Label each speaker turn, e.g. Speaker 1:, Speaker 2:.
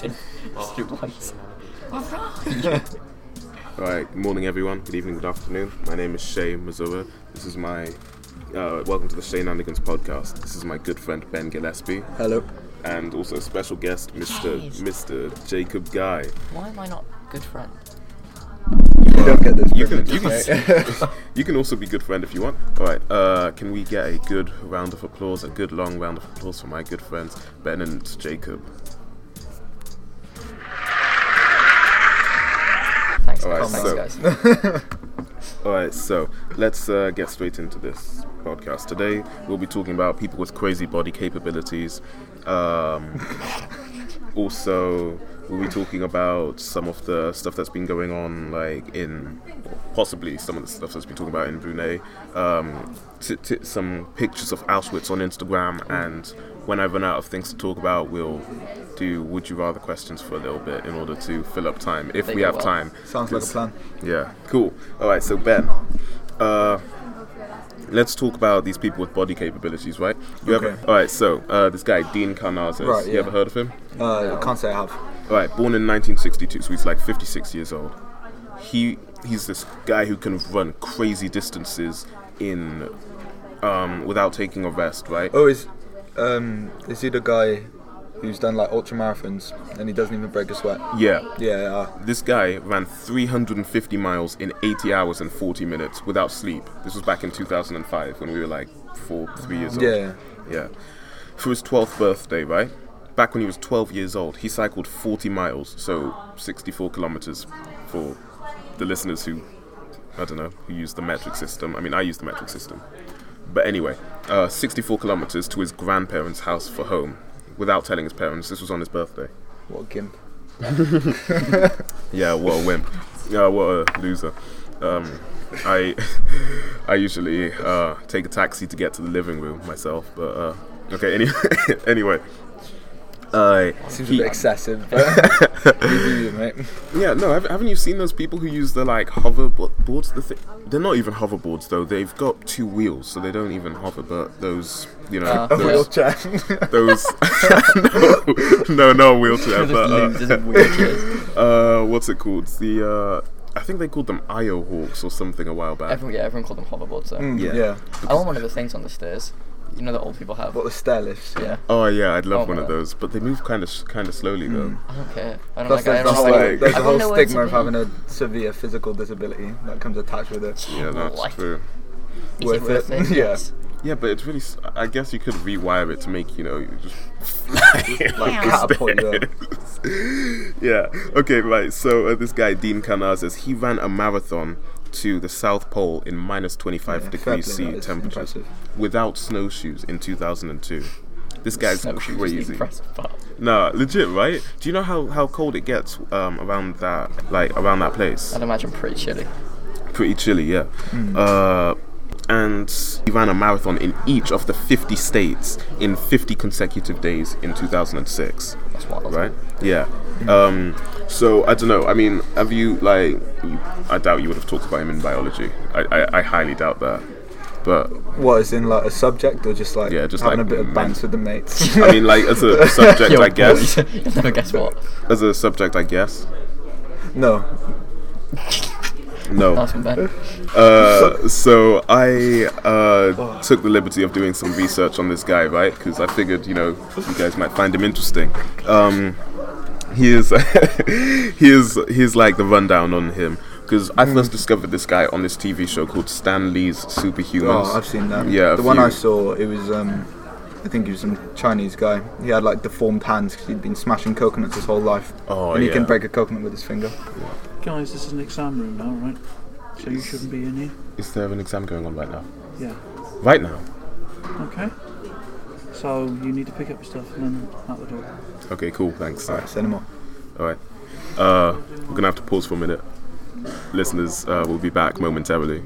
Speaker 1: Watson. Mr. Watson.
Speaker 2: All right. Good morning, everyone. Good evening. Good afternoon. My name is Shay Mazura. This is my uh, welcome to the Shay Nandigans podcast. This is my good friend Ben Gillespie
Speaker 3: Hello.
Speaker 2: and also special guest Mr.
Speaker 1: Yes.
Speaker 2: Mr. Jacob Guy.
Speaker 1: Why am I not good friend?
Speaker 3: You don't get this.
Speaker 2: You can, you,
Speaker 3: privilege,
Speaker 2: can, you can also be good friend if you want. All right. Uh, can we get a good round of applause? A good long round of applause for my good friends Ben and Jacob.
Speaker 1: Thanks,
Speaker 2: Alright,
Speaker 1: guys.
Speaker 2: so-
Speaker 1: Thanks, guys.
Speaker 2: All right, so let's uh, get straight into this podcast. Today, we'll be talking about people with crazy body capabilities. Um, also, we'll be talking about some of the stuff that's been going on, like in possibly some of the stuff that's been talking about in Brunei. Um, t- t- some pictures of Auschwitz on Instagram, and when I run out of things to talk about, we'll do would you rather questions for a little bit in order to fill up time if
Speaker 1: Think
Speaker 2: we
Speaker 1: it
Speaker 2: have
Speaker 1: will.
Speaker 2: time.
Speaker 3: Sounds like a
Speaker 2: 'cause-
Speaker 3: plan.
Speaker 2: yeah, cool. All right, so Ben, uh, let's talk about these people with body capabilities, right? You ever,
Speaker 3: Okay.
Speaker 2: all right, so uh, this guy, Dean Karnazes,
Speaker 3: Right,
Speaker 2: you
Speaker 3: yeah.
Speaker 2: ever heard of him?
Speaker 3: Uh, I can't say I have.
Speaker 2: All right, born in 1962, so he's like 56 years old. He He's this guy who can run crazy distances in um, without taking a rest, right?
Speaker 3: Oh, is um, is he the guy who's done like ultra marathons and he doesn't even break a sweat?
Speaker 2: Yeah.
Speaker 3: Yeah. Uh,
Speaker 2: This guy ran 350 miles in 80 hours and 40 minutes without sleep. This was back in 2005 when we were like four, three years old.
Speaker 3: yeah.
Speaker 2: Yeah. For his 12th birthday, right? Back when he was 12 years old, he cycled 40 miles, so 64 kilometers for the listeners who, I don't know, who use the metric system. I mean, I use the metric system. But anyway, uh, 64 kilometers to his grandparents' house for home without telling his parents. This was on his birthday.
Speaker 3: What a gimp.
Speaker 2: Yeah, what a wimp. Yeah, what a loser. Um, I I usually uh, take a taxi to get to the living room myself, but uh, okay. Any, anyway, uh,
Speaker 3: Seems
Speaker 2: he-
Speaker 3: a bit excessive. But you do you, mate.
Speaker 2: yeah, no, hav- haven't you seen those people who use the like hoverboards? The thi- they're not even hoverboards though. They've got two wheels, so they don't even hover. But those, you know,
Speaker 1: Uh,
Speaker 3: A
Speaker 2: those,
Speaker 3: wheelchair.
Speaker 2: those no, no, no wheelchair,
Speaker 1: Just
Speaker 2: but uh,
Speaker 1: losers in wheelchairs.
Speaker 2: uh, what's it called? The uh, I think they called them IO Hawks or something a while back.
Speaker 1: Everyone, yeah, everyone called them hoverboards. So.
Speaker 2: Yeah.
Speaker 3: yeah.
Speaker 1: I want one of the things on the stairs. You know that old people have.
Speaker 3: What the stair lifts.
Speaker 1: Yeah.
Speaker 2: Oh yeah, I'd love
Speaker 1: Oh,
Speaker 2: one of
Speaker 1: man.
Speaker 2: those, but they move kind of kind of slowly though.
Speaker 1: I don't care. I don't like. I
Speaker 3: Plus, there's, the
Speaker 1: don't
Speaker 2: that's
Speaker 3: whole,
Speaker 1: like.
Speaker 2: like-
Speaker 3: there's
Speaker 1: I
Speaker 3: the
Speaker 1: don't
Speaker 3: whole
Speaker 1: know where to
Speaker 3: stigma of
Speaker 1: be.
Speaker 3: having a severe physical disability that comes attached with it.
Speaker 2: Yeah, that's
Speaker 1: Like-
Speaker 2: true.
Speaker 1: Is
Speaker 3: Worth
Speaker 1: it worth
Speaker 3: it.
Speaker 1: it?
Speaker 3: Yeah.
Speaker 1: Yes.
Speaker 2: Yeah, but it's really. s- I guess you could rewire it to make you know. You just
Speaker 3: Like
Speaker 2: like
Speaker 3: catapult you up.
Speaker 2: yeah. Okay. Right. So uh, this guy Dean Kanar says he ran a marathon to the South Pole in minus 25
Speaker 3: Yeah, fair
Speaker 2: degrees
Speaker 3: play, that
Speaker 2: C
Speaker 3: is
Speaker 2: temperatures
Speaker 3: impressive.
Speaker 2: without snowshoes in 2002. This guy's
Speaker 1: Snowshoes is the
Speaker 2: crazy.
Speaker 1: impressive part.
Speaker 2: Nah, legit, right? Do you know how, how cold it gets um, around that like around that place?
Speaker 1: I'd imagine pretty chilly.
Speaker 2: pretty chilly, yeah. Uh, and he ran a marathon in each of the 50 states in 50 consecutive days in 2006,
Speaker 1: That's wild.
Speaker 2: right? Yeah. Um, so I don't know. I mean, have you like? You, I doubt you would have talked about him in biology. I, I, I highly doubt that. But
Speaker 3: What is in like a subject or just like
Speaker 2: Yeah, just
Speaker 3: having
Speaker 2: like
Speaker 3: a bit
Speaker 2: men-
Speaker 3: of banter with the mates?
Speaker 2: I mean, like as a subject, I guess.
Speaker 1: You'll never guess what.
Speaker 2: As a subject, I guess.
Speaker 3: no,
Speaker 2: No.
Speaker 1: Nice one, Ben.
Speaker 2: Uh, so I uh, took the liberty of doing some research on this guy, right? Because I figured, you know, you guys might find him interesting. Um, he is, he is, he's like the rundown on him. Because I first discovered this guy on this TV show called Stan Lee's Superhumans.
Speaker 3: Oh, I've seen that.
Speaker 2: Yeah, a
Speaker 3: the one
Speaker 2: few.
Speaker 3: I saw, it was um, I think he was some Chinese guy. He had like deformed hands because he'd been smashing coconuts his whole life.
Speaker 2: Oh,
Speaker 3: and he can
Speaker 2: yeah.
Speaker 3: break a coconut with his finger.
Speaker 4: Guys, this is an exam room now, right? So you shouldn't be in here.
Speaker 2: Is there an exam going on right now?
Speaker 4: Yeah.
Speaker 2: Right now.
Speaker 4: Okay. So you need to pick up your stuff and then out the door.
Speaker 2: Okay, cool. Thanks.
Speaker 3: All right, send him on.
Speaker 2: All right. Uh, we're gonna have to pause for a minute. Listeners, uh, we'll be back momentarily.